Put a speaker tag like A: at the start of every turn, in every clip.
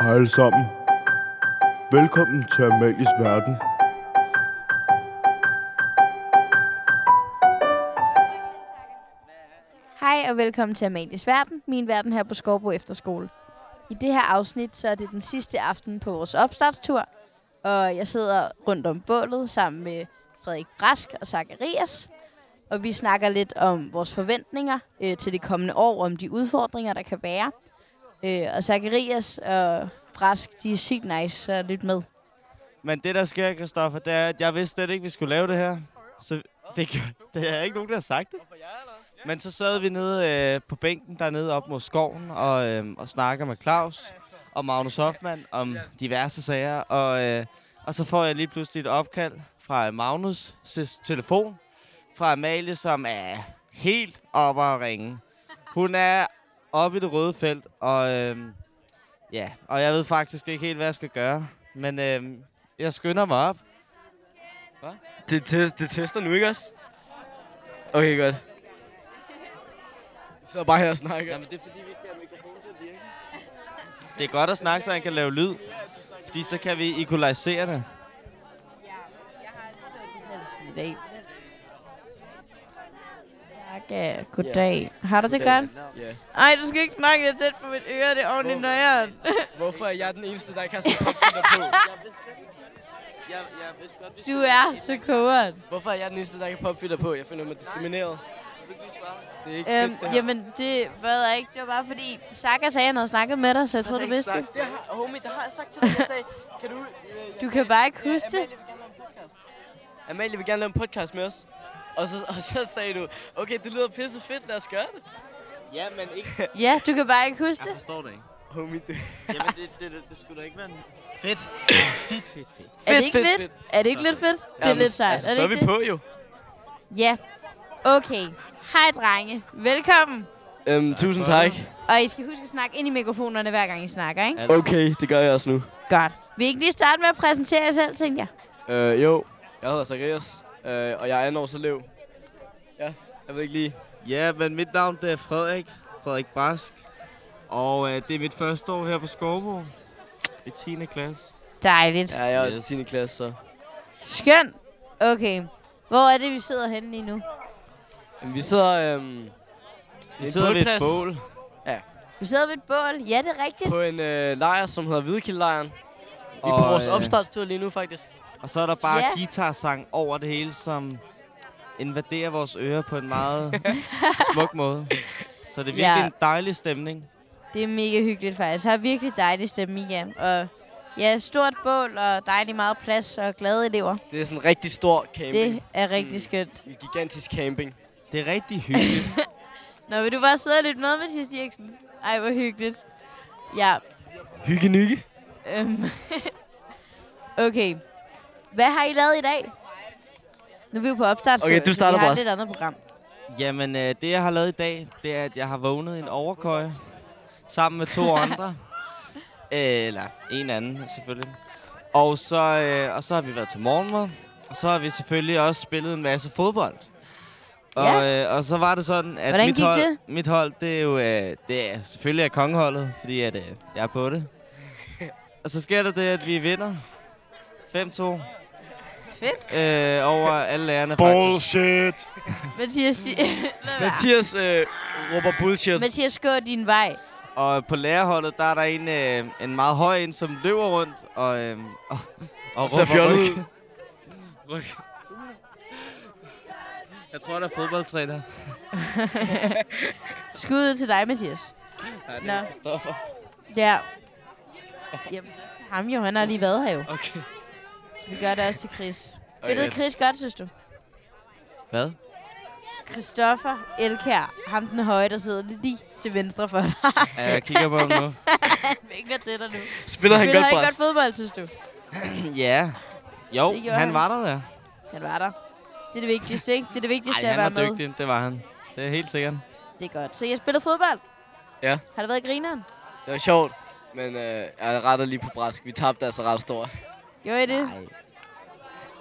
A: Hej alle sammen. Velkommen til Amalies Verden.
B: Hej og velkommen til Amalies Verden, min verden her på Skovbo Efterskole. I det her afsnit, så er det den sidste aften på vores opstartstur, og jeg sidder rundt om bålet sammen med Frederik Brask og Zacharias, og vi snakker lidt om vores forventninger øh, til det kommende år, om de udfordringer, der kan være. Øh, og Zacharias og Brask, de er sygt nice, så lyt med.
C: Men det, der sker, Kristoffer, det er, at jeg vidste slet ikke, vi skulle lave det her. Så det, gjorde- det er ikke nogen, der har sagt det. Men så sad vi nede øh, på bænken dernede op mod skoven og, øh, og snakker med Claus og Magnus Hoffmann om diverse sager. Og, øh, og så får jeg lige pludselig et opkald fra Magnus' telefon fra Amalie, som er helt oppe at ringe. Hun er oppe i det røde felt, og, øh, ja, og jeg ved faktisk ikke helt, hvad jeg skal gøre. Men øh, jeg skynder mig op.
D: Det, test, det tester nu, ikke også? Okay, godt. Så bare her og snakker.
C: Jamen, det er fordi, vi skal have mikrofonen til at virke. Det er godt at snakke, så han kan lave lyd. Fordi så kan vi equalisere det.
B: I dag. Tak, goddag. Har du det godt?
D: Ja.
B: Ej, du skal ikke snakke lidt tæt på mit øre, det er ordentligt nøjeren.
D: Hvorfor er jeg den eneste, der ikke har sådan en på? Jeg, jeg vidste godt,
B: Du er så kogeren.
D: Hvorfor er jeg den eneste, der ikke har popfilter på? Jeg føler mig diskrimineret. Det er ikke
B: Øhm,
D: fedt, det her.
B: jamen, det var jeg ikke. Det var bare fordi, Saka sagde, at han havde snakket med dig, så jeg
D: Det har
B: tror, du
D: ikke
B: vidste det.
D: sagt. Det har, homie, det har jeg sagt til dig. Jeg sagde, kan du... øh,
B: Du
D: jeg-
B: kan bare ikke
D: øh,
B: huske det.
D: Amalie vil gerne lave en podcast. Amalie vil gerne lave en podcast med os. Og så, og så sagde du, okay, det lyder pisse fedt, lad os gøre det.
C: Ja, men ikke.
B: Ja, du kan bare ikke huske det.
C: forstår det ikke.
D: Homie, det...
C: Jamen, det, det, det, det skulle da ikke være fedt. fedt, fedt, fedt.
B: Er det ikke fedt? Er det ikke lidt fedt? Det er lidt sejt.
D: Altså,
B: Er
D: så er
B: det
D: vi
B: ikke det?
D: på jo.
B: Ja. Okay. Hej, drenge. Velkommen.
D: Øhm, tusind tak.
B: Og I skal huske at snakke ind i mikrofonerne, hver gang I snakker, ikke?
D: Okay, det gør jeg også nu.
B: Godt. Vil I ikke lige starte med at præsentere jer selv, tænker jeg?
D: Øh, jo, jeg hedder Zacharias, øh, og jeg er anden års elev. Ja, jeg ved ikke lige.
C: Ja, men mit navn det er Frederik. Frederik Brask. Og øh, det er mit første år her på Skovbo. I 10. klasse.
B: Dejligt.
D: Ja, jeg er også
C: Yes.
D: yes. 10. klasse, så
B: Skønt. Okay. Hvor er det, vi sidder henne lige nu?
D: Jamen, vi sidder øhm,
C: Vi
D: En
C: sidder ved et
D: bålplads.
C: bål.
B: Vi sidder ved et bål. Ja, det er rigtigt.
D: på en øh, lejr, som hedder Hvidekildelejren. Vi er
C: Og,
D: på vores
C: øh,
D: opstartstur lige nu, faktisk.
C: Og så er der bare
B: Ja.
C: yeah. guitarsang over det hele, som invaderer vores ører på en meget smuk måde. Så det er virkelig
B: Ja.
C: en dejlig stemning.
B: Det er mega hyggeligt faktisk. Jeg har virkelig dejlig stemme igen. Og ja, stort bål og dejlig meget plads og glade elever.
D: Det er sådan en rigtig stor camping.
B: Det er
D: Sådan
B: rigtig skønt.
D: En gigantisk camping.
C: Det er rigtig hyggeligt.
B: Nå, vil du bare sidde og lytte med, Mathias Dirksen? Ej, hvor hyggeligt. Ja,
D: Hygge nygge.
B: øhm. okay. Hvad har I lavet i dag? Nu er vi jo på opstart,
D: Okay, du
B: vi
D: starter
B: har
D: bare.
B: et lidt andet program.
C: Jamen, øh, det jeg har lavet i dag, det er, at jeg har vågnet i en overkøje sammen med to andre. Øh, Eller en anden, selvfølgelig. Og så, øh, og så har vi været til morgenmad. Og så har vi selvfølgelig også spillet en masse fodbold. Og, øh, og så var det sådan, at
B: Hvordan
C: mit
B: gik
C: hold,
B: det?
C: mit hold, det er jo øh, det er selvfølgelig er kongeholdet, fordi at, øh, jeg er på det. og så sker der det, at vi vinder 5-2
B: Fedt.
C: øh, over alle lærerne faktisk.
A: Bullshit.
B: Mathias, Di- Lad være.
D: Mathias øh, råber bullshit.
B: Mathias, gå din vej.
C: Og på lærerholdet, der er der en, øh, en meget høj en, som løber rundt og, øh, og, og
D: ser
C: råber
D: fjollet
C: ryg. ryg. Jeg tror, der er fodboldtræner.
B: Skud til dig, Mathias.
C: Nej,
B: det er Nå.
C: Kristoffer.
B: Ja. Jamen, ham jo, han har lige været her jo.
C: Okay.
B: Så vi gør det også til Chris.
D: Okay.
B: Spillede Chris godt, synes du?
C: Hvad?
B: Christoffer Elkær, ham den høje, der sidder lige til venstre for dig.
C: Ja, jeg kigger på ham nu.
B: Han vinker til dig nu.
D: Spiller han
B: Spiller
D: godt,
B: ikke
D: Bras?
B: godt fodbold, synes du?
C: ja. Jo,
B: Det
C: han,
B: gjorde han.
C: var der der.
B: Han var der. Det er det vigtigste, ikke? Det er det vigtigste
C: Ej,
B: at
C: han
B: være
C: var
B: med.
C: dygtig. Det var han. Det er helt sikkert.
B: Det er godt. Så jeg spillede fodbold?
D: Ja.
B: Har det været grineren?
D: Det var sjovt, men øh, jeg retter lige på Brask. Vi tabte altså ret stort.
B: Gjorde I det?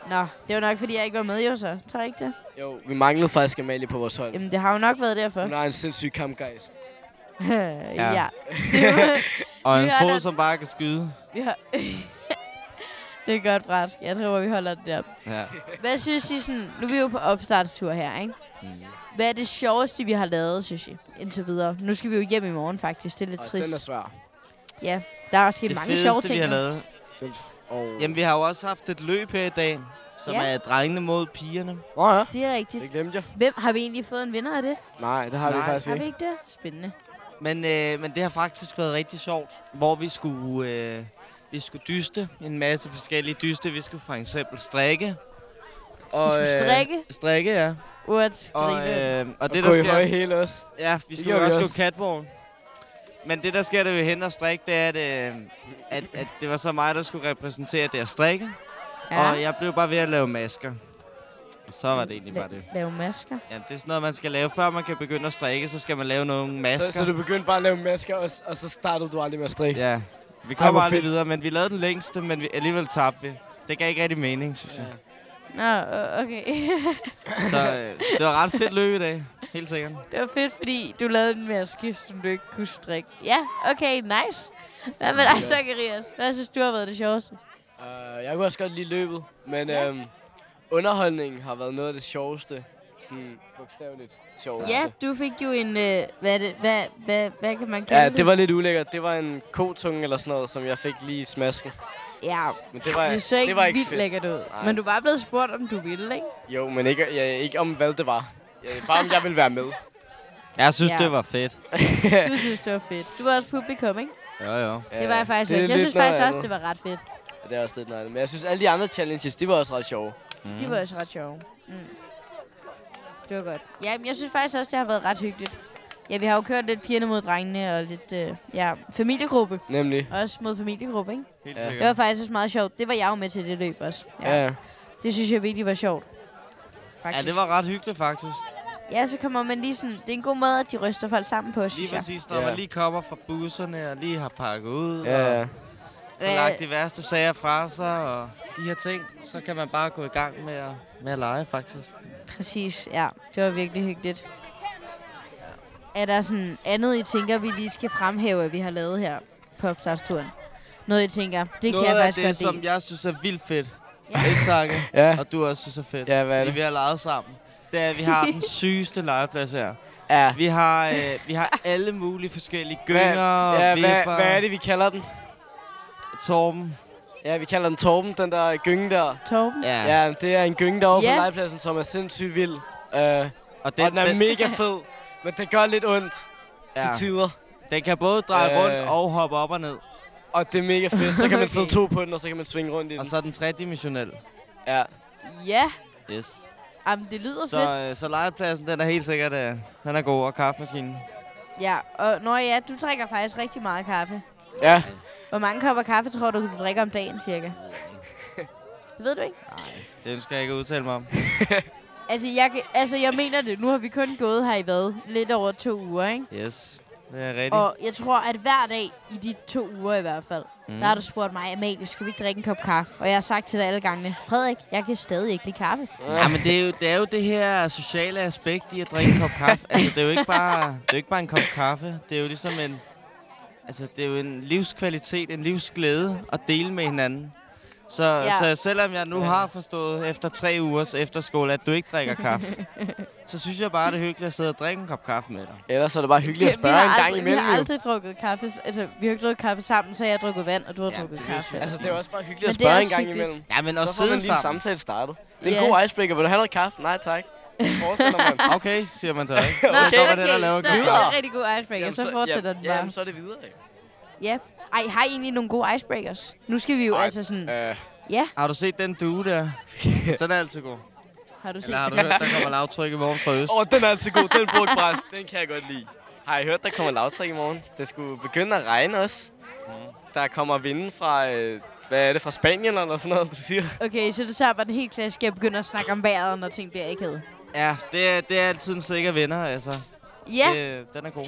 B: Nå, det var nok, fordi jeg ikke var med, jo så. Tror jeg ikke det?
D: Jo, vi manglede faktisk Amalie på vores hold.
B: Jamen, det har jo nok været derfor.
D: Hun har en sindssyg kampgejst.
B: ja. ja.
C: Og en
B: Vi holder-
C: fod, som bare kan skyde.
B: Vi har... det er godt, Brat. Jeg tror, vi holder det der.
C: Ja.
B: Hvad synes I sådan... Nu er vi jo på opstartstur her, ikke?
C: Mm.
B: Hvad er det sjoveste, vi har lavet, synes I, indtil videre? Nu skal vi jo hjem i morgen, faktisk. Det er lidt
D: Og
B: trist.
D: den er svær.
B: Ja, der er sket
C: Det
B: mange sjove
C: fedeste,
B: ting.
C: vi har
B: nu.
C: lavet.
D: Den, og...
C: Jamen, vi har jo også haft et løb her i dag, som
B: Ja.
C: ja. er drengene mod pigerne.
D: Nå ja,
B: Det er
D: det
B: rigtigt.
D: glemte jeg.
B: Hvem har vi egentlig fået en vinder af det?
D: Nej, det har vi
C: Nej.
D: faktisk
B: Har vi
D: ikke.
B: ikke det? Spændende.
C: Men, øh, men det har faktisk været rigtig sjovt, hvor vi skulle, øh, vi skulle dyste. En masse forskellige dyste. Vi skulle for eksempel strikke.
B: Vi
C: Og, øh,
B: skulle strikke.
C: strikke, ja.
B: What?
C: Og,
B: griner.
C: øh, og det,
D: gå
C: der
D: i høje
C: sker...
D: hæle også.
C: Ja, vi skulle
D: gjorde vi
C: også gå
D: også.
C: catwalk. Men det, der sker, da vi henter strik, det er, at, øh, at, at det var så mig, der skulle repræsentere det at strikke. Ja. Og
B: ja.
C: jeg blev bare ved at lave masker. Og så var det egentlig bare det.
B: La- lave masker.
C: Ja, det er sådan noget, man skal lave. Før man kan begynde at strikke, så skal man lave nogle masker.
D: Så, så du begyndte bare at lave masker, og, s- og så startede du aldrig med at strikke.
C: Ja. Vi
D: Ej,
C: kom
D: hvor
C: aldrig
D: fedt.
C: videre, men vi lavede den længste, men vi alligevel tabte vi. Det gav ikke rigtig mening, synes jeg.
B: Nå, øh, okay.
C: Så øh, det var ret fedt løb i dag. Helt sikkert.
B: det var fedt, fordi du lavede en maske, som du ikke kunne strikke. Ja, okay, nice. Hvad med dig så, Karius? Hvad synes du har været det sjoveste?
D: Uh, jeg kunne også godt lide løbet, men
B: Ja.
D: øhm, underholdningen har været noget af det sjoveste. Sådan bogstaveligt sjoveste.
B: Ja, du fik jo en... Øh, hvad, er det, hvad, hvad, hvad kan man kalde
D: Ja, det var lidt ulækkert. Det var en kotunge eller sådan noget, som jeg fik lige i smasken.
B: Ja,
D: Men det var,
B: det så ikke,
D: det var ikke
B: vildt
D: fedt.
B: lækkert ud.
D: Nej.
B: Men du var blevet spurgt, om du ville, ikke?
D: Jo, men ikke, ja, ikke om hvad det var. Ja, bare om jeg ville være med.
C: Jeg synes,
B: Ja.
C: ja. det var fedt.
B: Du synes, det var fedt. Du var også publikum, ikke?
C: Jo, jo.
B: Det var jeg faktisk
D: det er
B: også. Jeg
D: lidt
B: synes faktisk
D: noget
B: også, det
D: andet.
B: var ret fedt.
D: Ja, det er også lidt noget andet. Men jeg synes, alle de andre challenges, de var også ret sjove.
B: De
D: Mm.
B: var også ret sjove. Mm. Det var godt. Ja, men jeg synes faktisk også, det har været ret hyggeligt. Ja, vi har jo kørt lidt pigerne mod drengene og lidt øh, ja, familiegruppe.
D: Nemlig.
B: Også mod familiegruppe, ikke?
C: Helt
D: Ja.
C: sikkert.
B: Det var faktisk også meget sjovt. Det var jeg jo med til det løb også. Ja.
D: Ja. ja.
B: Det synes jeg virkelig var sjovt.
C: Ja,
B: Faktisk.
C: det var ret hyggeligt, faktisk.
B: ja, så kommer man lige sådan... Det er en god måde, at de ryster folk sammen på, synes
C: Lige
B: jeg.
C: præcis, når
D: Ja.
C: man lige kommer fra busserne og lige har pakket ud
D: ja.
C: og
D: ja.
C: får
B: Øh.
C: lagt de værste sager fra sig og de her ting, så kan man bare gå i gang med at, med at lege, faktisk.
B: Præcis, ja. Det var virkelig hyggeligt. Er der sådan andet, I tænker, vi lige skal fremhæve, at vi har lavet her på Popstars-turen? Noget, I tænker, det
C: Noget
B: kan jeg
C: af
B: faktisk
C: det,
B: godt
C: som
B: lide.
C: jeg synes er vildt fedt,
B: Ja.
C: ja. ikke Sakke?
D: Ja.
C: Og du også synes er fedt.
D: Ja, hvad er
C: Vi er
D: det?
C: ved at lege sammen. Det er, at vi har den sygeste legeplads her.
D: Ja.
C: Vi har, øh, vi har alle mulige forskellige
D: Hvad,
C: gynger,
D: ja, hvad,
C: vipper,
D: hvad er det, vi kalder den?
C: Torben.
D: Ja, vi kalder den Torben, den der gynge der.
B: Torben?
C: Ja. ja.
D: Ja, det er en gynge derovre
B: Ja.
D: på legepladsen, som er sindssygt vild. Uh,
C: Og
D: den, og
C: den,
D: den er
C: den,
D: mega fed, men det gør lidt ondt ja. til
C: ja.
D: tider.
C: den kan både dreje rundt
D: Øh.
C: og hoppe op og ned.
D: Og det er mega fedt. Så kan man sidde
B: Okay.
D: to på den, og så kan man svinge rundt i den.
C: Og så er den tredimensionel.
D: Ja.
B: Ja.
C: Yes.
B: Jamen, det lyder så... fedt.
C: Så, øh, så legepladsen, den er helt sikkert, øh, den er god. Og kaffemaskinen.
B: Ja, og når ja, du drikker faktisk rigtig meget kaffe.
D: Ja.
B: Hvor mange kopper kaffe tror du, du drikker om dagen, cirka? Det ved du ikke?
C: Det ønsker jeg ikke at udtale mig om.
B: Altså jeg, kan- altså, jeg mener det. Nu har vi kun gået her i hvad? Lidt over to uger, ikke?
C: Yes. Det er rigtigt.
B: Og jeg tror, at hver dag i de to uger i hvert fald,
C: Mm.
B: Der har du spurgt mig, Amalie, skal vi ikke drikke en kop kaffe? Og jeg har sagt til dig alle gangene, Frederik, jeg kan stadig ikke lide kaffe.
C: Ja, men det er, jo, det er jo det her sociale aspekt i at drikke en kop kaffe. Altså, det er jo ikke bare, det er jo ikke bare en kop kaffe. Det er jo ligesom en, altså, det er jo en livskvalitet, en livsglæde at dele med hinanden. Så, ja. så selvom jeg nu har forstået efter tre ugers efterskole, at du ikke drikker kaffe, så synes jeg bare, det er hyggeligt at sidde og drikke en kop kaffe med dig.
D: Ellers er det bare hyggeligt at spørge
B: har
D: en gang
B: aldrig,
D: imellem.
B: Vi har
D: jo.
B: aldrig drukket kaffe. Altså, vi har ikke drukket kaffe sammen, så jeg har drukket vand, og du har
C: Ja,
B: drukket
C: det
B: kaffe.
C: synes jeg.
D: Altså, det er også bare hyggeligt
B: Men det
D: at
B: er
D: spørge en
B: også
D: gang
B: hyggeligt.
D: imellem.
C: Ja, men
D: Og så
C: også
D: får man
C: sidde
D: lige en
C: sammen.
D: samtale startet. Det er
B: Ja.
D: en god icebreaker. Vil du have noget kaffe? Nej, tak. Forestiller man.
C: Okay, siger man så ikke.
B: Nå,
C: okay, okay, der laver
B: så
C: en
B: er
C: kop
B: det
C: kaffe.
B: en rigtig god icebreaker,
D: Jamen,
B: så fortsætter
D: ja,
B: den bare.
D: Jamen, så er det videre. jo.
B: Ja. Ej, har I egentlig nogle gode icebreakers? Nu skal vi jo
D: Ej,
B: altså sådan...
D: Øh,
C: Har du set den due der? Den er altid god.
B: Har du set
C: Eller har du
B: det?
C: hørt, der kommer lavtryk i morgen fra øst?
D: Åh, den er altid god. Den brugte bræs. Den kan jeg godt lide. Har I hørt, der kommer lavtræk i morgen? Det skulle begynde at regne også. Der kommer vinden fra, øh, hvad er det, fra Spanien eller sådan noget, du siger?
B: Okay, så du tager bare den helt klassiske, jeg begynder at snakke om vejret, når ting bliver akavet.
C: Ja, det er, det er altid en sikker vinder, altså.
B: Ja,
C: Det, den er god.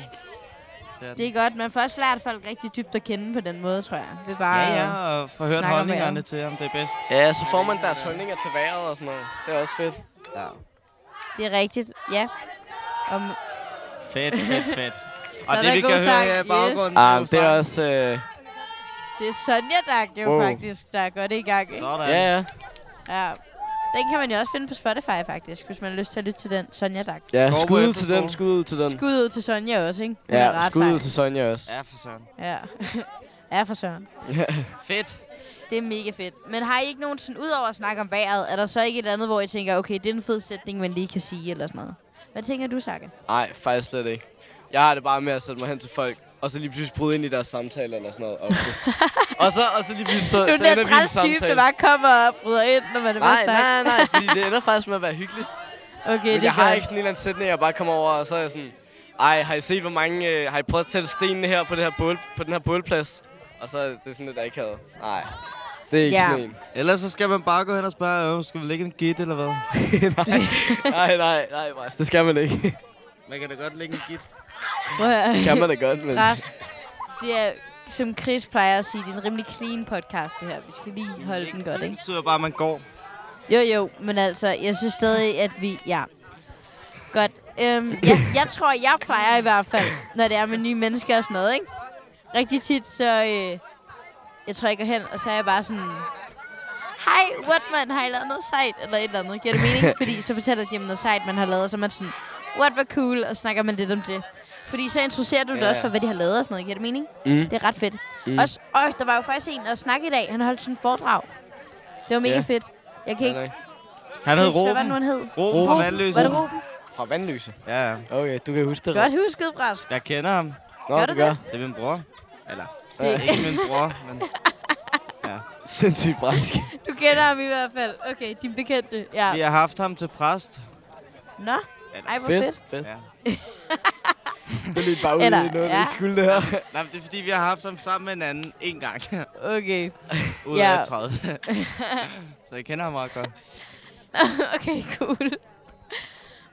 C: er
B: det er godt. Man får også lært folk rigtig dybt at kende på den måde, tror jeg. Det er
C: den.
B: bare...
C: Ja, ja, og få hørt
B: Snakker med
C: holdningerne
B: jer.
C: til, om det er bedst.
D: Ja, så får man deres holdninger til vejret og sådan noget. Det er også fedt.
C: Ja.
B: Det er rigtigt, ja. Om,
C: Fedt, fedt, fedt. Og
B: er
C: det,
B: der
C: vi
B: god
C: kan høre
B: sang.
C: her i
B: Yes.
C: baggrunden, er
D: Ah,
C: jo
D: men det er
C: sang.
D: også... Øh,
B: Det er Sonja, der er jo
D: Wow.
B: faktisk, der er godt i gang. Ikke?
C: Sådan.
D: ja, ja.
B: Ja. Den kan man jo også finde på Spotify, faktisk, hvis man har lyst til at lytte til den. Sonja Dag.
D: ja
C: Skovbo
D: skud ud til
C: Efterskole.
D: den, skud ud til den.
B: Skud ud til Sonja også, ikke? Hun er
D: Ja,
B: ret
D: skud
B: sej.
D: ud til Sonja også.
C: Ja, for søren.
B: Ja. ja, for søren.
C: Fedt.
B: Det er mega fedt. Men har I ikke nogen sådan, udover at snakke om vejret, er der så ikke et andet, hvor I tænker, okay, det er en fed sætning, man lige kan sige, eller sådan noget? Hvad tænker du, Sakke?
D: Nej, faktisk slet ikke. Jeg har det bare med at sætte mig hen til folk, og så lige pludselig bryde ind i deres samtale eller sådan noget. ofte. og, så, og så lige pludselig så,
B: Du er
D: så
B: den der
D: ender vi i en
B: træls type, der
D: samtale.
B: bare kommer og bryder ind, når man er bare
D: Nej,
B: snakker.
D: nej, nej, fordi det ender faktisk med at være hyggeligt.
B: Okay,
D: Men
B: det er
D: jeg har
B: godt.
D: ikke sådan en eller anden sætning, jeg bare kommer over, og så er jeg sådan... Ej, har I set, hvor mange... Øh, har I prøvet at tælle stenene her på, det her bål, på den her bålplads? Og så er det sådan lidt akavet. Nej, det er ikke
B: Ja.
D: sådan en.
C: Ellers så skal man bare gå hen og spørge, øh, skal vi lægge en git eller hvad?
D: Nej, nej, nej, Bras, det skal man ikke.
E: Man kan da godt lægge en git.
B: Prøv at høre.
D: kan man da godt, men...
B: Ret. Det er, som Chris plejer at sige, det er en rimelig clean podcast, det her. Vi skal lige holde den godt, ikke?
C: Det betyder bare, at man går.
B: Jo, jo, men altså, jeg synes stadig, at vi... Ja. Godt. Øhm, ja, jeg tror, jeg plejer i hvert fald, når det er med nye mennesker og sådan noget, ikke? Rigtig tit, så... Øh, jeg tror, jeg går hen, og så er jeg bare sådan... Hej, what man, har I lavet noget sejt? Eller et eller andet. Giver det mening? Fordi så fortæller de om noget sejt, man har lavet, og så er man sådan... What var cool? Og så snakker man lidt om det. Fordi så interesserer du dig
D: Ja,
B: også for,
D: ja.
B: hvad de har lavet og sådan noget. Giver det mening?
D: Mm.
B: Det er ret fedt. Mm.
D: Mm.
B: Også, og der var jo faktisk en, der snakkede i dag. Han holdt sådan en foredrag. Det var mega
D: Ja.
B: fedt. Jeg kan ikke
C: Han hed
B: Chris, Hvad var det nu, han
C: Ruben.
B: hed?
C: Ruben fra Vandløse.
B: Var det Ruben?
D: Fra Vandløse.
C: Ja, ja.
D: Okay, du kan huske det.
B: Godt husket, Brask.
C: jeg kender ham.
B: Gør
D: Nå, gør
B: du
D: du gør.
C: Det er min bror. Eller,
D: Ja.
C: ikke min bror, men
D: Sindssygt bræsk.
B: Du kender ham i hvert fald. Okay, din bekendte. Ja.
C: vi har haft ham til præst.
B: Nå,
C: Eller,
B: ej, hvor fedt.
D: fedt.
C: Ja.
D: Det lyder bare ud i
B: Eller-
D: noget, vi
B: ja.
D: ikke skulle det her.
C: Nej, men det er fordi, vi har haft ham sammen med en anden en gang.
B: Okay.
C: Ud
B: Ja.
C: af 30. Så jeg kender ham meget godt.
B: okay, cool.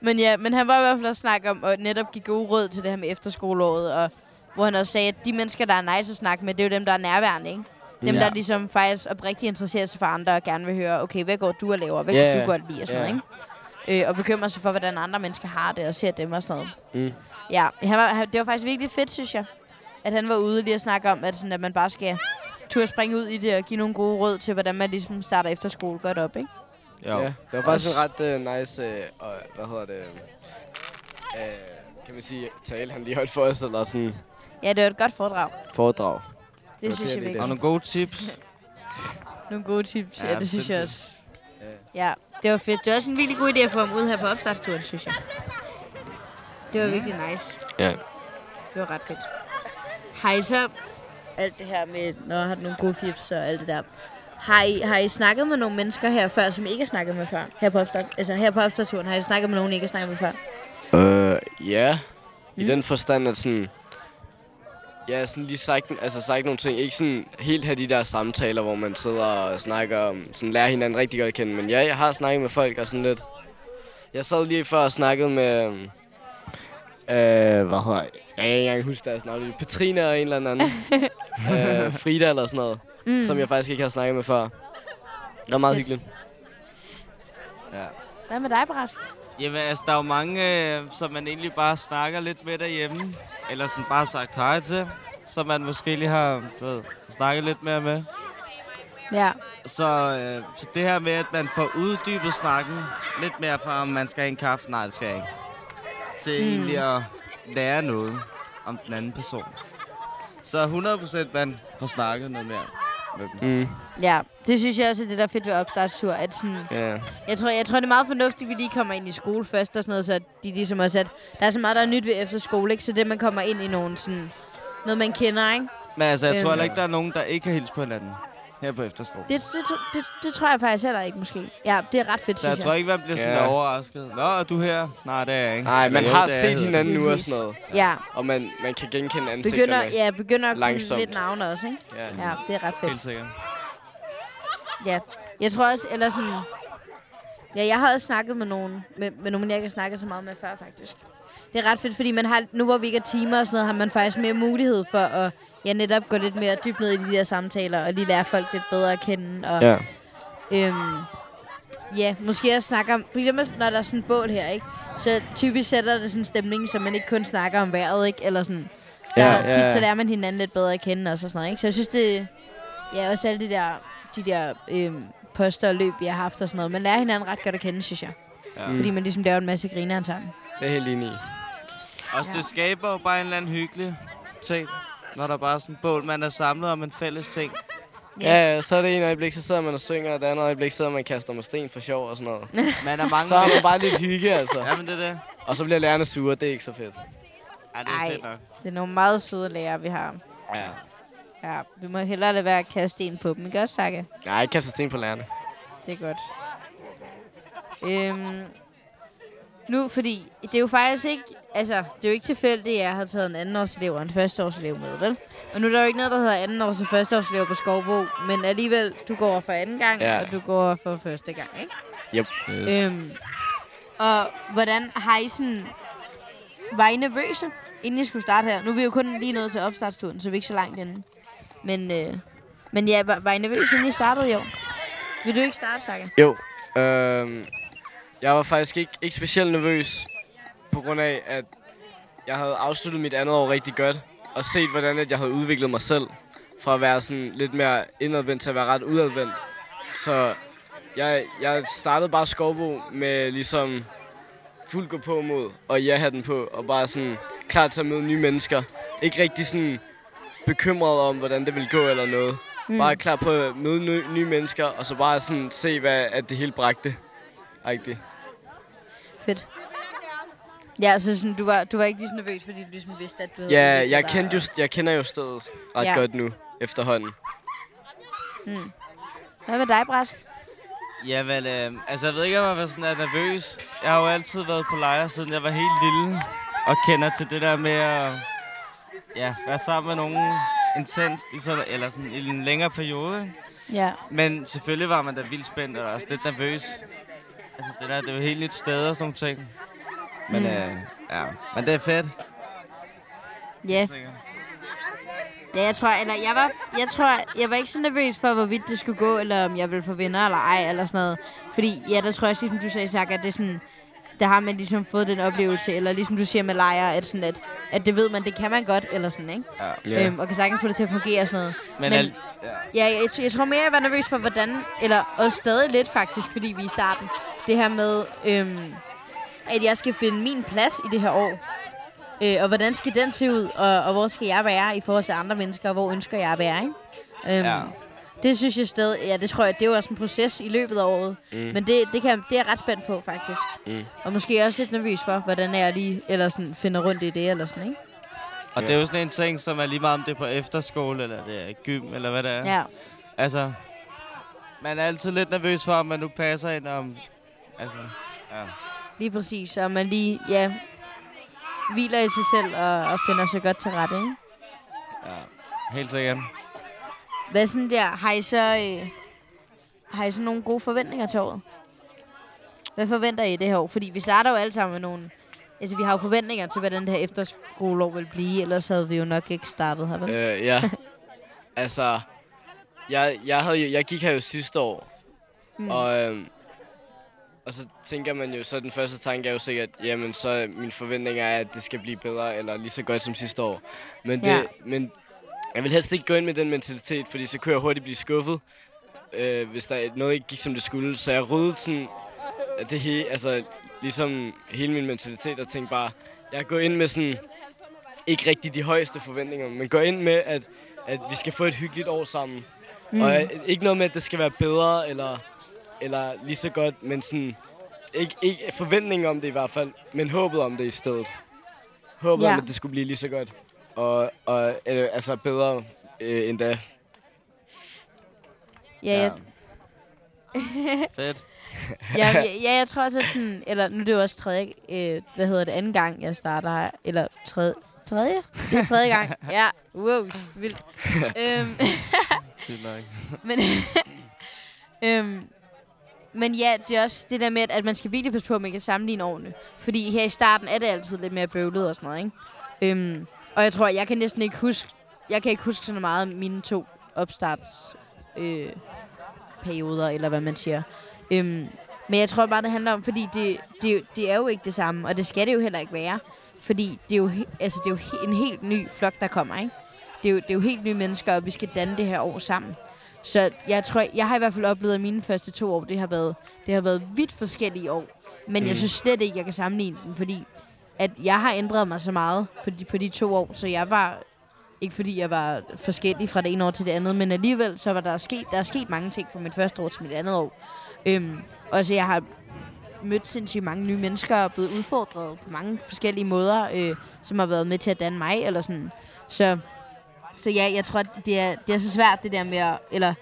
B: Men ja, men han var i hvert fald at snakke om, og netop give gode råd til det her med efterskoleåret, og hvor han også sagde, at de mennesker, der er nice at snakke med, det er jo dem, der er nærværende, ikke? Dem,
D: Ja.
B: der ligesom faktisk oprigtigt interesserer sig for andre og gerne vil høre, okay, hvad går du og laver, hvad
D: Ja,
B: kan
D: ja.
B: du godt lide og sådan
D: Ja.
B: noget, ikke? Øh, og bekymrer sig for, hvordan andre mennesker har det og ser dem og sådan noget.
D: Mm.
B: Ja, han var, han, det var faktisk virkelig fedt, synes jeg, at han var ude lige at snakke om, at, sådan, at man bare skal turde springe ud i det og give nogle gode råd til, hvordan man ligesom starter efterskole godt op, ikke?
C: Jo.
D: Ja, det var faktisk en ret øh, nice, øh, og, hvad hedder det, øh, kan man sige, tale han lige holdt for os, eller sådan
B: Ja, det var et godt foredrag.
D: foredrag.
B: Det
D: var
B: synes
D: det,
B: jeg
D: jeg lige
B: virkelig.
C: Og nogle gode tips.
B: Nogle gode tips. Ja,
C: Ja,
B: det synes jeg også.
D: Ja.
B: Ja, det var fedt. Det var også en virkelig god idé at få ham ud her på opstartsturen, synes jeg. Det var virkelig nice.
D: Ja.
B: Det var ret fedt. Har I så alt det her med, når har du nogle gode tips og alt det der. Har I, har I snakket med nogle mennesker her før, som I ikke har snakket med før? Her på, opstart, altså her på opstartsturen har I snakket med nogen, I ikke har snakket med før?
D: Øh, ja. I
B: Mm.
D: den forstand, at sådan... Ja, sådan lige sagt, altså sagt nogle ting. Ikke sådan helt have de der samtaler, hvor man sidder og snakker om... Sådan lærer hinanden rigtig godt at kende. Men ja, jeg har snakket med folk og sådan lidt... Jeg sad lige før og snakkede med... øhm, Øh, hvad hedder jeg? Jeg kan ikke engang huske deres navn. Petrina og en eller anden. øh, Frida eller sådan noget. Mm. Som jeg faktisk ikke har snakket med før. Det var meget
B: Fedt.
D: hyggeligt.
B: Hvad med dig, Brask?
C: Jamen, altså, der er jo mange, øh, som man egentlig bare snakker lidt med derhjemme. Eller sådan bare sagt hej til. Som man måske lige har du ved, snakket lidt mere med.
B: Ja.
C: Så, øh, så det her med, at man får uddybet snakken lidt mere fra, om man skal have en kaffe. Nej, det skal jeg ikke. Til mm. egentlig at lære noget om den anden person. Så 100% man får snakket noget mere med dem.
D: Mm.
B: Ja, det synes jeg også er det, der er fedt ved opstartstur, at sådan,
D: Ja.
B: Jeg tror, jeg tror, det er meget fornuftigt, at vi lige kommer ind i skole først og sådan noget, så de ligesom også, at der er så meget, der er nyt ved efterskole, ikke? Så det, man kommer ind i nogen sådan, noget man kender, ikke?
C: Men altså, jeg
B: Øhm.
C: tror heller ikke, der er nogen, der ikke har hilst på hinanden her på efterskole.
B: Det, det, tro- det, det, tror jeg faktisk heller ikke, måske. Ja, det er ret fedt,
C: Så
B: synes
C: jeg tror ikke, man bliver sådan
D: Ja.
C: overrasket. Nå, er du her? Nej, det er jeg ikke.
D: Nej, man
C: Eller,
D: har
C: "Jo, det er
D: set
C: jeg."
D: hinanden nu og
B: Præcis.
D: sådan noget.
B: Ja,
D: Og man, man kan genkende ansigterne.
B: begynder, ja, begynder at kunne
D: Langsomt.
B: lidt navne også, ikke?
D: Ja.
B: Ja, det er ret fedt.
C: Helt sikkert.
B: Ja. Jeg tror også, eller sådan... Ja, jeg har også snakket med nogen, med, med nogen, jeg ikke har snakket så meget med før, faktisk. Det er ret fedt, fordi man har, nu hvor vi ikke er timer og sådan noget, har man faktisk mere mulighed for at ja, netop gå lidt mere dybt ned i de der samtaler, og lige lære folk lidt bedre at kende. Og,
D: Ja.
B: Øhm, ja, måske også snakke om... For eksempel, når der er sådan en bål her, ikke? Så typisk sætter det sådan en stemning, så man ikke kun snakker om vejret, ikke? Eller sådan... Der,
C: Ja,
B: ja, tit
C: ja.
B: så lærer man hinanden lidt bedre at kende og så sådan noget, ikke? Så jeg synes, det... Ja, også alle de der, de der øhm, poster og løb, vi har haft og sådan noget. Man lærer hinanden ret godt at kende, synes jeg.
C: Ja.
B: Ja. Fordi man ligesom laver en masse griner sammen.
D: Det er jeg helt enig i.
C: Og det skaber jo bare en eller anden hyggelig ting, når der bare er sådan en bål, man er samlet om en fælles ting.
B: Ja.
D: Ja, ja, så er det ene øjeblik, så sidder man og synger, og det andet øjeblik sidder man og kaster med sten for sjov og sådan noget.
C: Man er mange
D: Så har man
C: mennesker.
D: bare lidt hygge, altså.
C: Ja, men det er det.
D: Og så bliver lærerne sure, det er ikke så fedt.
C: Ja, det er
B: Ej.
C: fedt nok.
B: Det er nogle meget søde lærere, vi har.
D: Ja.
B: Ja, vi må hellere lade være at kaste en på dem, ikke også, Sakke?
D: Nej, ikke kaster sten på lærerne.
B: Det er godt. Øhm, nu, fordi det er jo faktisk ikke, altså, det er jo ikke tilfældigt, at jeg har taget en andenårselev og en førsteårselev med, vel? Og nu er der jo ikke noget, der hedder andenårs- og førsteårselev på Skovbo, men alligevel, du går over for anden gang,
D: Ja.
B: ja. og du går over for første gang, ikke?
D: Yep. Yes.
B: Øhm, og hvordan har I sådan... Var I nervøse, inden I skulle starte her? Nu er vi jo kun lige nået til opstartsturen, så vi er ikke så langt inden. Men, øh, men ja, var, var I nervøse, inden I startede i år? Vil du ikke starte, Sakke?
D: Jo. Øhm, jeg var faktisk ikke, ikke specielt nervøs, på grund af, at jeg havde afsluttet mit andet år rigtig godt, og set, hvordan at jeg havde udviklet mig selv, fra at være sådan lidt mere indadvendt til at være ret udadvendt. Så jeg, jeg startede bare Skovbo med ligesom fuld gå på mod, og jeg havde den på, og bare sådan klar til at møde nye mennesker. Ikke rigtig sådan bekymret om, hvordan det ville gå eller noget. Mm. Bare klar på at møde nye, nye mennesker, og så bare sådan se, hvad at det hele bragte. Rigtigt.
B: Fedt. Ja, så sådan, du, var, du var ikke lige så nervøs, fordi du ligesom vidste, at du havde...
D: Ja,
B: udviklet
D: jeg,
B: dig,
D: kendte jo,
B: og-
D: jeg kender jo stedet ret
B: Ja.
D: ja. godt nu, efterhånden.
B: Hvad med dig, Bræt?
C: Ja, vel, øh, altså jeg ved ikke, om jeg var sådan er nervøs. Jeg har jo altid været på lejre, siden jeg var helt lille. Og kender til det der med at ja, være sammen med nogen intenst i, så, eller sådan, i en længere periode. ikke?
B: Ja.
C: Men selvfølgelig var man da vildt spændt og også lidt nervøs. Altså det der, det er jo helt nyt sted og sådan nogle ting. Men, mm. øh, ja. Men det er fedt.
B: Ja. Ja, jeg tror, eller jeg var, jeg tror, jeg var ikke så nervøs for, hvorvidt det skulle gå, eller om jeg ville få venner eller ej, eller sådan noget. Fordi, ja, der tror jeg, ligesom du sagde, Zach, at det er sådan, der har man ligesom fået den oplevelse, eller ligesom du siger med lejre, at, sådan at, at det ved man, det kan man godt, eller sådan, ikke?
D: Ja.
B: Øhm, og kan sagtens få det til at fungere og sådan noget.
C: Men,
B: Men-
C: al-
B: Ja, jeg, jeg tror mere, jeg var nervøs for, hvordan... Eller også stadig lidt, faktisk, fordi vi er i starten. Det her med, øhm, at jeg skal finde min plads i det her år. Øh, og hvordan skal den se ud, og, og hvor skal jeg være i forhold til andre mennesker, og hvor ønsker jeg at være, ikke? Øhm,
C: Ja.
B: Det synes jeg stadig... Ja, det tror jeg, det er jo også en proces i løbet af året. Mm. Men det, det, kan, det er jeg ret spændt på, faktisk.
D: Mm.
B: Og måske også lidt nervøs for, hvordan jeg lige eller sådan, finder rundt i det, eller sådan, ikke?
C: og det er jo sådan en ting, som er lige meget om det er på efterskole, eller det er gym, eller hvad det er.
B: Ja.
C: Altså, man er altid lidt nervøs for, om man nu passer ind om... Altså,
B: Lige præcis, og man lige, ja, hviler i sig selv og, og finder sig godt til rette, ikke?
C: helt sikkert.
B: Hvad sådan der, har I så, øh, har I så nogle gode forventninger til året? Hvad forventer I det her år? Fordi vi starter jo alle sammen med nogle, altså vi har jo forventninger til, hvordan det her efterskoleår vil blive, ellers havde vi jo nok ikke startet her, vel?
D: Øh, ja. altså, jeg, jeg, havde, jo- jeg gik her jo sidste år, mm. og, øhm, og så tænker man jo, så den første tanke er jo sikkert, jamen så er mine forventninger er, at det skal blive bedre, eller lige så godt som sidste år. Men, det,
B: Ja.
D: men jeg vil helst ikke gå ind med den mentalitet, fordi så kunne jeg hurtigt blive skuffet, øh, hvis der noget ikke gik, som det skulle. Så jeg ryddede sådan, at det hele, altså ligesom hele min mentalitet, og tænkte bare, jeg går ind med sådan, ikke rigtig de højeste forventninger, men går ind med, at, at vi skal få et hyggeligt år sammen. Mm. Og øh, ikke noget med, at det skal være bedre, eller, eller lige så godt, men sådan, ikke, ikke forventningen om det i hvert fald, men håbet om det i stedet. Håbet
B: Ja.
D: ja. om, at det skulle blive lige så godt. Og, og øh, altså bedre øh, end da.
B: Ja, jeg,
C: Fedt.
B: ja, ja, ja, jeg tror også, at sådan, eller nu er det jo også tredje, øh, hvad hedder det, anden gang, jeg starter her, eller tredje, tredje? Det er tredje gang, ja, wow, vildt. øhm,
C: Sygt nok.
B: men, øhm, men ja, det er også det der med, at- at man skal virkelig passe på, at man kan sammenligne årene. Fordi her i starten er det altid lidt mere bøvlet og sådan noget, ikke? Øhm, og jeg tror, jeg kan næsten ikke huske, jeg kan ikke huske så meget om mine to opstarts øh, perioder, eller hvad man siger. Øhm, men jeg tror bare, det handler om, fordi det, det, det er jo ikke det samme, og det skal det jo heller ikke være. Fordi det er jo, he- altså, det er jo he- en helt ny flok, der kommer, ikke? Det er, jo, det er jo helt nye mennesker, og vi skal danne det her år sammen. Så jeg tror, jeg har i hvert fald oplevet, at mine første to år, det har været, det har været vidt forskellige år. Men mm.
C: Mm.
B: jeg synes slet ikke, jeg kan sammenligne dem, fordi at jeg har ændret mig så meget på de, på de to år, så jeg var ikke fordi jeg var forskellig fra det ene år til det andet, men alligevel så var der sket, der er sket mange ting fra mit første år til mit andet år. Øhm, og så jeg har mødt sindssygt mange nye mennesker og blevet udfordret på mange forskellige måder, øh, som har været med til at danne mig, eller sådan. Så, så ja, jeg tror, at det er, det er så svært det der med at, eller,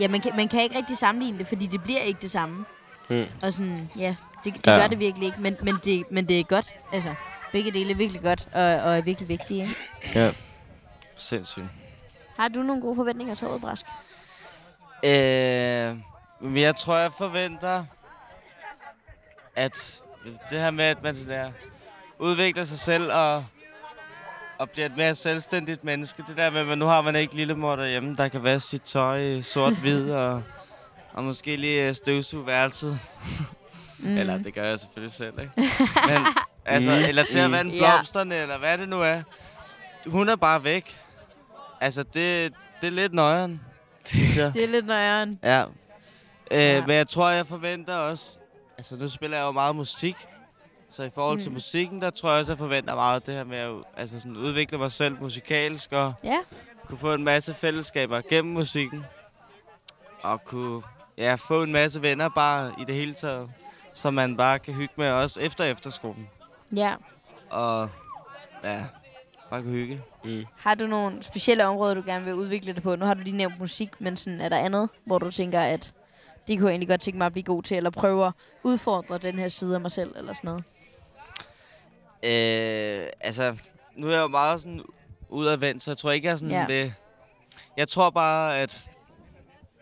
B: ja, man kan, man kan ikke rigtig sammenligne det, fordi det bliver ikke det samme.
D: Mm.
B: Og sådan, ja, det, det
C: Ja.
B: ja. gør det virkelig ikke, men, men, det, men det er godt, altså. Begge dele er virkelig godt, og, og er virkelig vigtige. ikke?
C: Sindssygt.
B: Har du nogle gode forventninger til året, Brask?
C: Øh, men jeg tror, jeg forventer, at det her med, at man sådan der, udvikler sig selv og, og bliver et mere selvstændigt menneske. Det der med, at man- nu har man ikke lille mor derhjemme, der kan være sit tøj i sort-hvid og, og måske lige øh, støvsuge værelset. Mm. Eller det gør jeg selvfølgelig selv, ikke? Men, altså,
D: Mm.
C: Eller til at
D: Mm.
C: vande
B: Ja.
C: blomsterne, eller hvad det nu er. Hun er bare væk. Altså, det, det er lidt nøjeren, synes jeg.
B: Det er lidt nøjeren.
C: Ja. Øh, ja.
B: Ja.
C: Men jeg tror, jeg forventer også... Altså, nu spiller jeg jo meget musik. Så i forhold mm. til
B: Mm.
C: musikken, der tror jeg også, jeg forventer meget det her med at altså sådan, udvikle mig selv musikalsk og
B: Ja.
C: kunne få en masse fællesskaber gennem musikken. Og kunne ja, få en masse venner bare i det hele taget, som man bare kan hygge med også efter efterskolen.
B: ja.
C: Og ja, bare kunne hygge.
B: Har du nogle specielle områder, du gerne vil udvikle det på? Nu har du lige nævnt musik, men sådan, er der andet, hvor du tænker, at det kunne jeg egentlig godt tænke mig at blive god til, eller prøve at udfordre den her side af mig selv, eller sådan noget?
C: Øh, altså, nu er jeg jo meget sådan udadvendt, så jeg tror ikke, jeg er sådan
B: Ja.
C: ja. det... Jeg tror bare, at...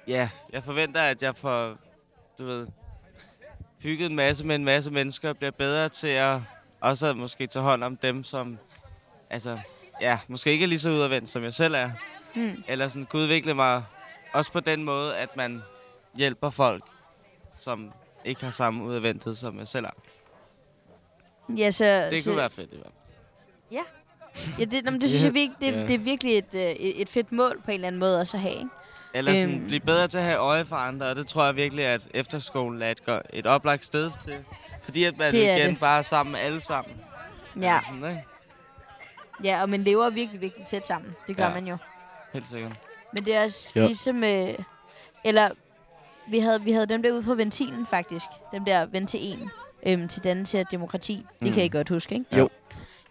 C: Ja, jeg forventer, at jeg får, du ved, hygget en masse med en masse mennesker, og bliver bedre til at også at måske tage hånd om dem, som... Altså, ja, måske ikke er lige så udadvendt, som jeg selv er.
B: Mm.
C: Eller sådan kunne udvikle mig også på den måde, at man hjælper folk, som ikke har samme udadvendthed, som jeg selv har.
B: Ja, så,
C: Det
B: så,
C: kunne være fedt, i hvert fald.
B: ja, det, jamen, det synes
D: Ja.
B: jeg virkelig, det,
D: Ja.
B: det er virkelig et, øh, et, et fedt mål på en eller anden måde også at have, ikke?
C: Eller sådan,
B: Øhm.
C: blive bedre til at have øje for andre, og det tror jeg virkelig, at efterskolen er et, go- et oplagt sted til. Fordi at man
B: Det er
C: igen
B: det.
C: bare er sammen med alle sammen.
B: Ja,
C: Eller Sådan, ikke?
B: ja og man lever virkelig, virkelig tæt sammen. Det gør
C: Ja.
B: ja. man jo.
C: Helt sikkert.
B: Men det er også
A: Ja.
B: ja. ligesom... Øh, eller, vi havde, vi havde dem der ude fra ventilen, faktisk. Dem der ventilen øhm, til dannelse af demokrati. Det
C: Mm.
B: kan I godt huske, ikke?
D: Jo. Jo.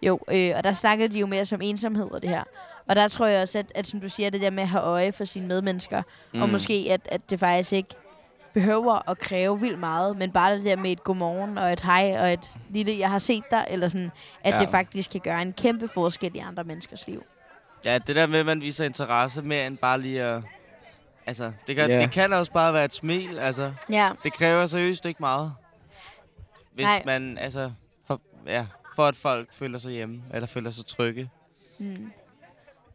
B: Jo, øh, og der snakkede de jo mere som ensomhed og det her. Og der tror jeg også, at, at som du siger, det der med at have øje for sine medmennesker, mm. og måske, at, at det faktisk ikke behøver at kræve vildt meget, men bare det der med et godmorgen og et hej og et lille, jeg har set dig, eller sådan, at
C: Ja.
B: ja. det faktisk kan gøre en kæmpe forskel i andre menneskers liv.
C: Ja, det der med, at man viser interesse mere end bare lige at... Altså, det kan,
D: Ja.
C: yeah. det kan også bare være et smil, altså.
B: Ja,
C: Det kræver seriøst ikke meget. Hvis
B: Nej.
C: man, altså... For, ja, for at folk føler sig hjemme, eller føler sig trygge.
B: Mm.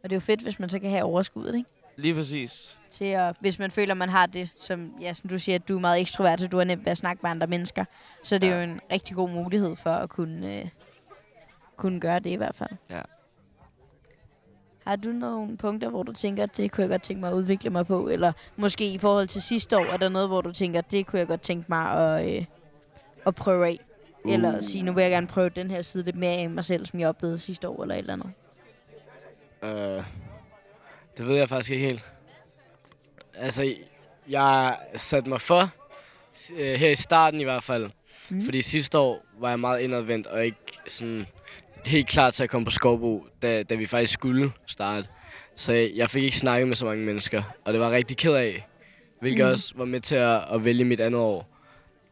B: Og det er jo fedt, hvis man så kan have overskuddet, ikke?
C: Lige præcis.
B: Til at, hvis man føler, man har det, som, ja, som du siger, at du er meget ekstrovert, så du har nemt ved at snakke med andre mennesker. Så det er
C: Ja.
B: jo en rigtig god mulighed for at kunne, øh, kunne gøre det i hvert fald.
C: Ja.
B: Har du nogle punkter, hvor du tænker, at det kunne jeg godt tænke mig at udvikle mig på? Eller måske i forhold til sidste år, er der noget, hvor du tænker, at det kunne jeg godt tænke mig at, øh, at prøve af? Eller
D: Uh.
B: at sige, nu vil jeg gerne prøve den her side lidt mere af mig selv, som jeg oplevede sidste år, eller et eller andet.
D: Øh, det ved jeg faktisk ikke helt. Altså, jeg satte mig for, s- øh, her i starten i hvert fald, mm. fordi sidste år var jeg meget indadvendt og ikke sådan helt klar til at komme på Skovbo, da, da vi faktisk skulle starte. Så jeg, jeg fik ikke snakket med så mange mennesker, og det var jeg rigtig ked af, hvilket mm. også var med til at, at vælge mit andet år.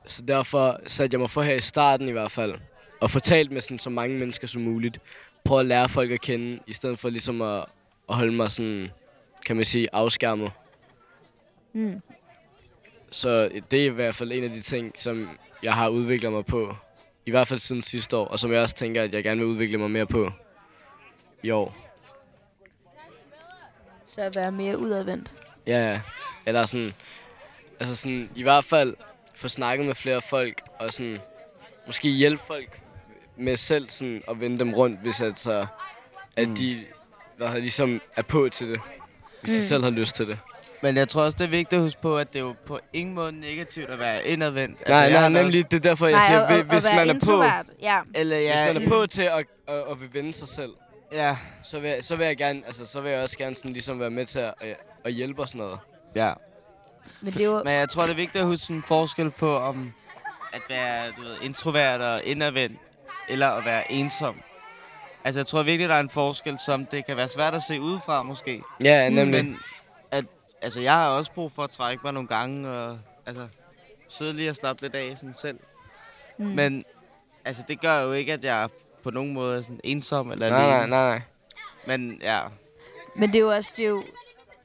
D: Så derfor satte jeg mig for her i starten i hvert fald, og få talt med sådan, så mange mennesker som muligt. Prøve at lære folk at kende, i stedet for ligesom at, at holde mig sådan, kan man sige, afskærmet.
B: Mm.
D: Så det er i hvert fald en af de ting, som jeg har udviklet mig på. I hvert fald siden sidste år, og som jeg også tænker, at jeg gerne vil udvikle mig mere på i år.
B: Så at være mere udadvendt.
D: Ja, ja. Eller sådan, altså sådan, i hvert fald få snakket med flere folk, og sådan, måske hjælpe folk, med selv sådan at vende dem rundt, hvis at, så, at mm. de hvad, hedder, ligesom er på til det. Hvis de selv har lyst til det.
C: Men jeg tror også, det er vigtigt at huske på, at det er jo på ingen måde negativt at være indadvendt.
D: Altså, nej,
C: jeg
D: nej,
C: har da også-
D: nemlig, det er derfor, jeg siger,
B: og- og-
D: hvis
B: og være
D: man er på,
B: introvert. Ja.
C: Eller
D: hvis
C: ja,
D: man er på til at, at, at vil vende sig selv,
C: ja,
D: så vil, jeg, så vil jeg gerne, altså, så vil jeg også gerne sådan ligesom være med til at, at- at hjælpe og sådan noget.
C: ja.
B: Men det er jo...
C: Men jeg tror, det er vigtigt at huske sådan en forskel på, om at være du ved, introvert og indadvendt, eller at være ensom. Altså, jeg tror virkelig, der er en forskel, som det kan være svært at se udefra, måske.
D: Ja, nemlig.
C: Men at, altså, jeg har også brug for at trække mig nogle gange, og altså, sidde lige og slappe lidt af sådan selv. Mm. Men altså, det gør jo ikke, at jeg på nogen måde er sådan ensom eller
D: nej, nej,
C: alene.
D: nej, nej.
C: Men ja,
B: Men det er jo også, det er jo,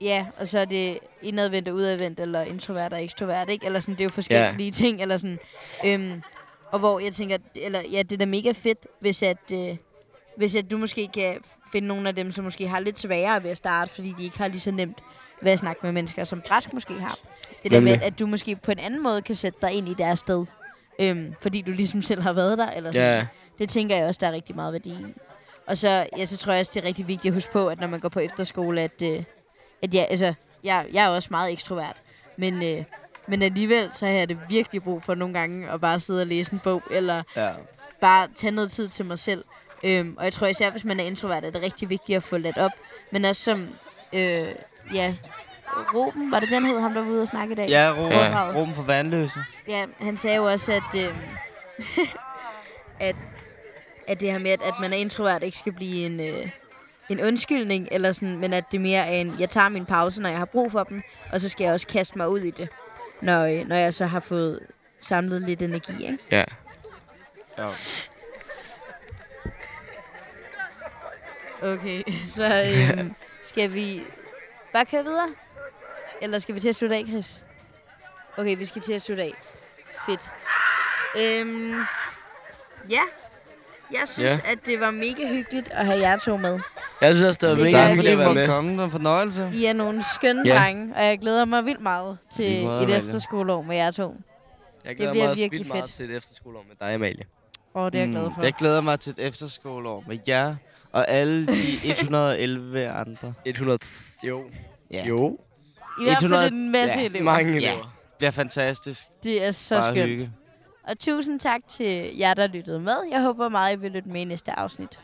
B: ja, og så er det indadvendt og udadvendt, eller introvert og ekstrovert, ikke? Eller sådan, det er jo forskellige ting, eller sådan. Øhm, og hvor jeg tænker, eller ja, det er da mega fedt, hvis at, øh, hvis at du måske kan finde nogle af dem, som måske har lidt sværere ved at starte, fordi de ikke har lige så nemt ved at snakke med mennesker, som Brask måske har. Det der med,
D: Nemlig.
B: at- at du måske på en anden måde kan sætte dig ind i deres sted, øhm, fordi du ligesom selv har været der, eller sådan.
D: Ja.
B: Det tænker jeg også, der er rigtig meget værdi i. Og så, ja, så tror jeg også, det er rigtig vigtigt at huske på, at når man går på efterskole, at, øh, at ja, altså, jeg, jeg er også meget ekstrovert. Men, øh, men alligevel, så har jeg det virkelig brug for nogle gange at bare sidde og læse en bog, eller
D: Ja.
B: bare tage noget tid til mig selv. Øhm, og jeg tror især, hvis man er introvert, er det rigtig vigtigt at få ladt op. Men også som, øh, ja, Ruben, var det den hed, ham der var ude og snakke i dag?
C: ja rum,
B: Ja.
C: ja. rum for vandløse.
B: Ja, han sagde jo også, at, øh, at, at det her med, at, at man er introvert, ikke skal blive en, øh, en undskyldning, eller sådan, men at det mere er en, jeg tager min pause, når jeg har brug for dem, og så skal jeg også kaste mig ud i det, når, øh, når jeg så har fået samlet lidt energi, ikke?
D: Ja.
C: Ja.
B: Okay, så øh, skal vi bare køre videre? Eller skal vi til at slutte af, Chris? Okay, vi skal til at slutte af. Fedt. Øhm, ja, jeg synes, ja. at det var mega hyggeligt at have jer to med.
D: Jeg synes også, det var
B: Det
D: vigtigt,
B: gør
D: at
B: jeg
D: det
B: virkelig.
D: var
C: Må
D: med.
C: komme, det var en fornøjelse.
B: I er nogle skønne
D: Ja.
B: drenge, og jeg glæder mig vildt meget
C: Lige
B: til
C: måde,
B: et
C: Amalie.
B: efterskoleår med jer to.
D: Jeg
B: glæder bliver mig også virkelig vildt meget fedt.
D: til et efterskoleår med dig, Amalie.
B: Og det er jeg
C: Mm,
B: glad for.
C: Jeg glæder mig til et efterskoleår med jer og alle de 111 andre.
D: 100... Jo.
C: Ja.
D: Jo.
B: I hvert fald
C: 100
B: en masse
C: ja,
B: ja, elever.
D: Mange
C: Ja.
D: elever.
C: Det bliver fantastisk.
B: Det er så
C: Bare
B: skønt.
C: hygge.
B: Og tusind tak til jer, der lyttede med. Jeg håber meget, I vil lytte med i næste afsnit.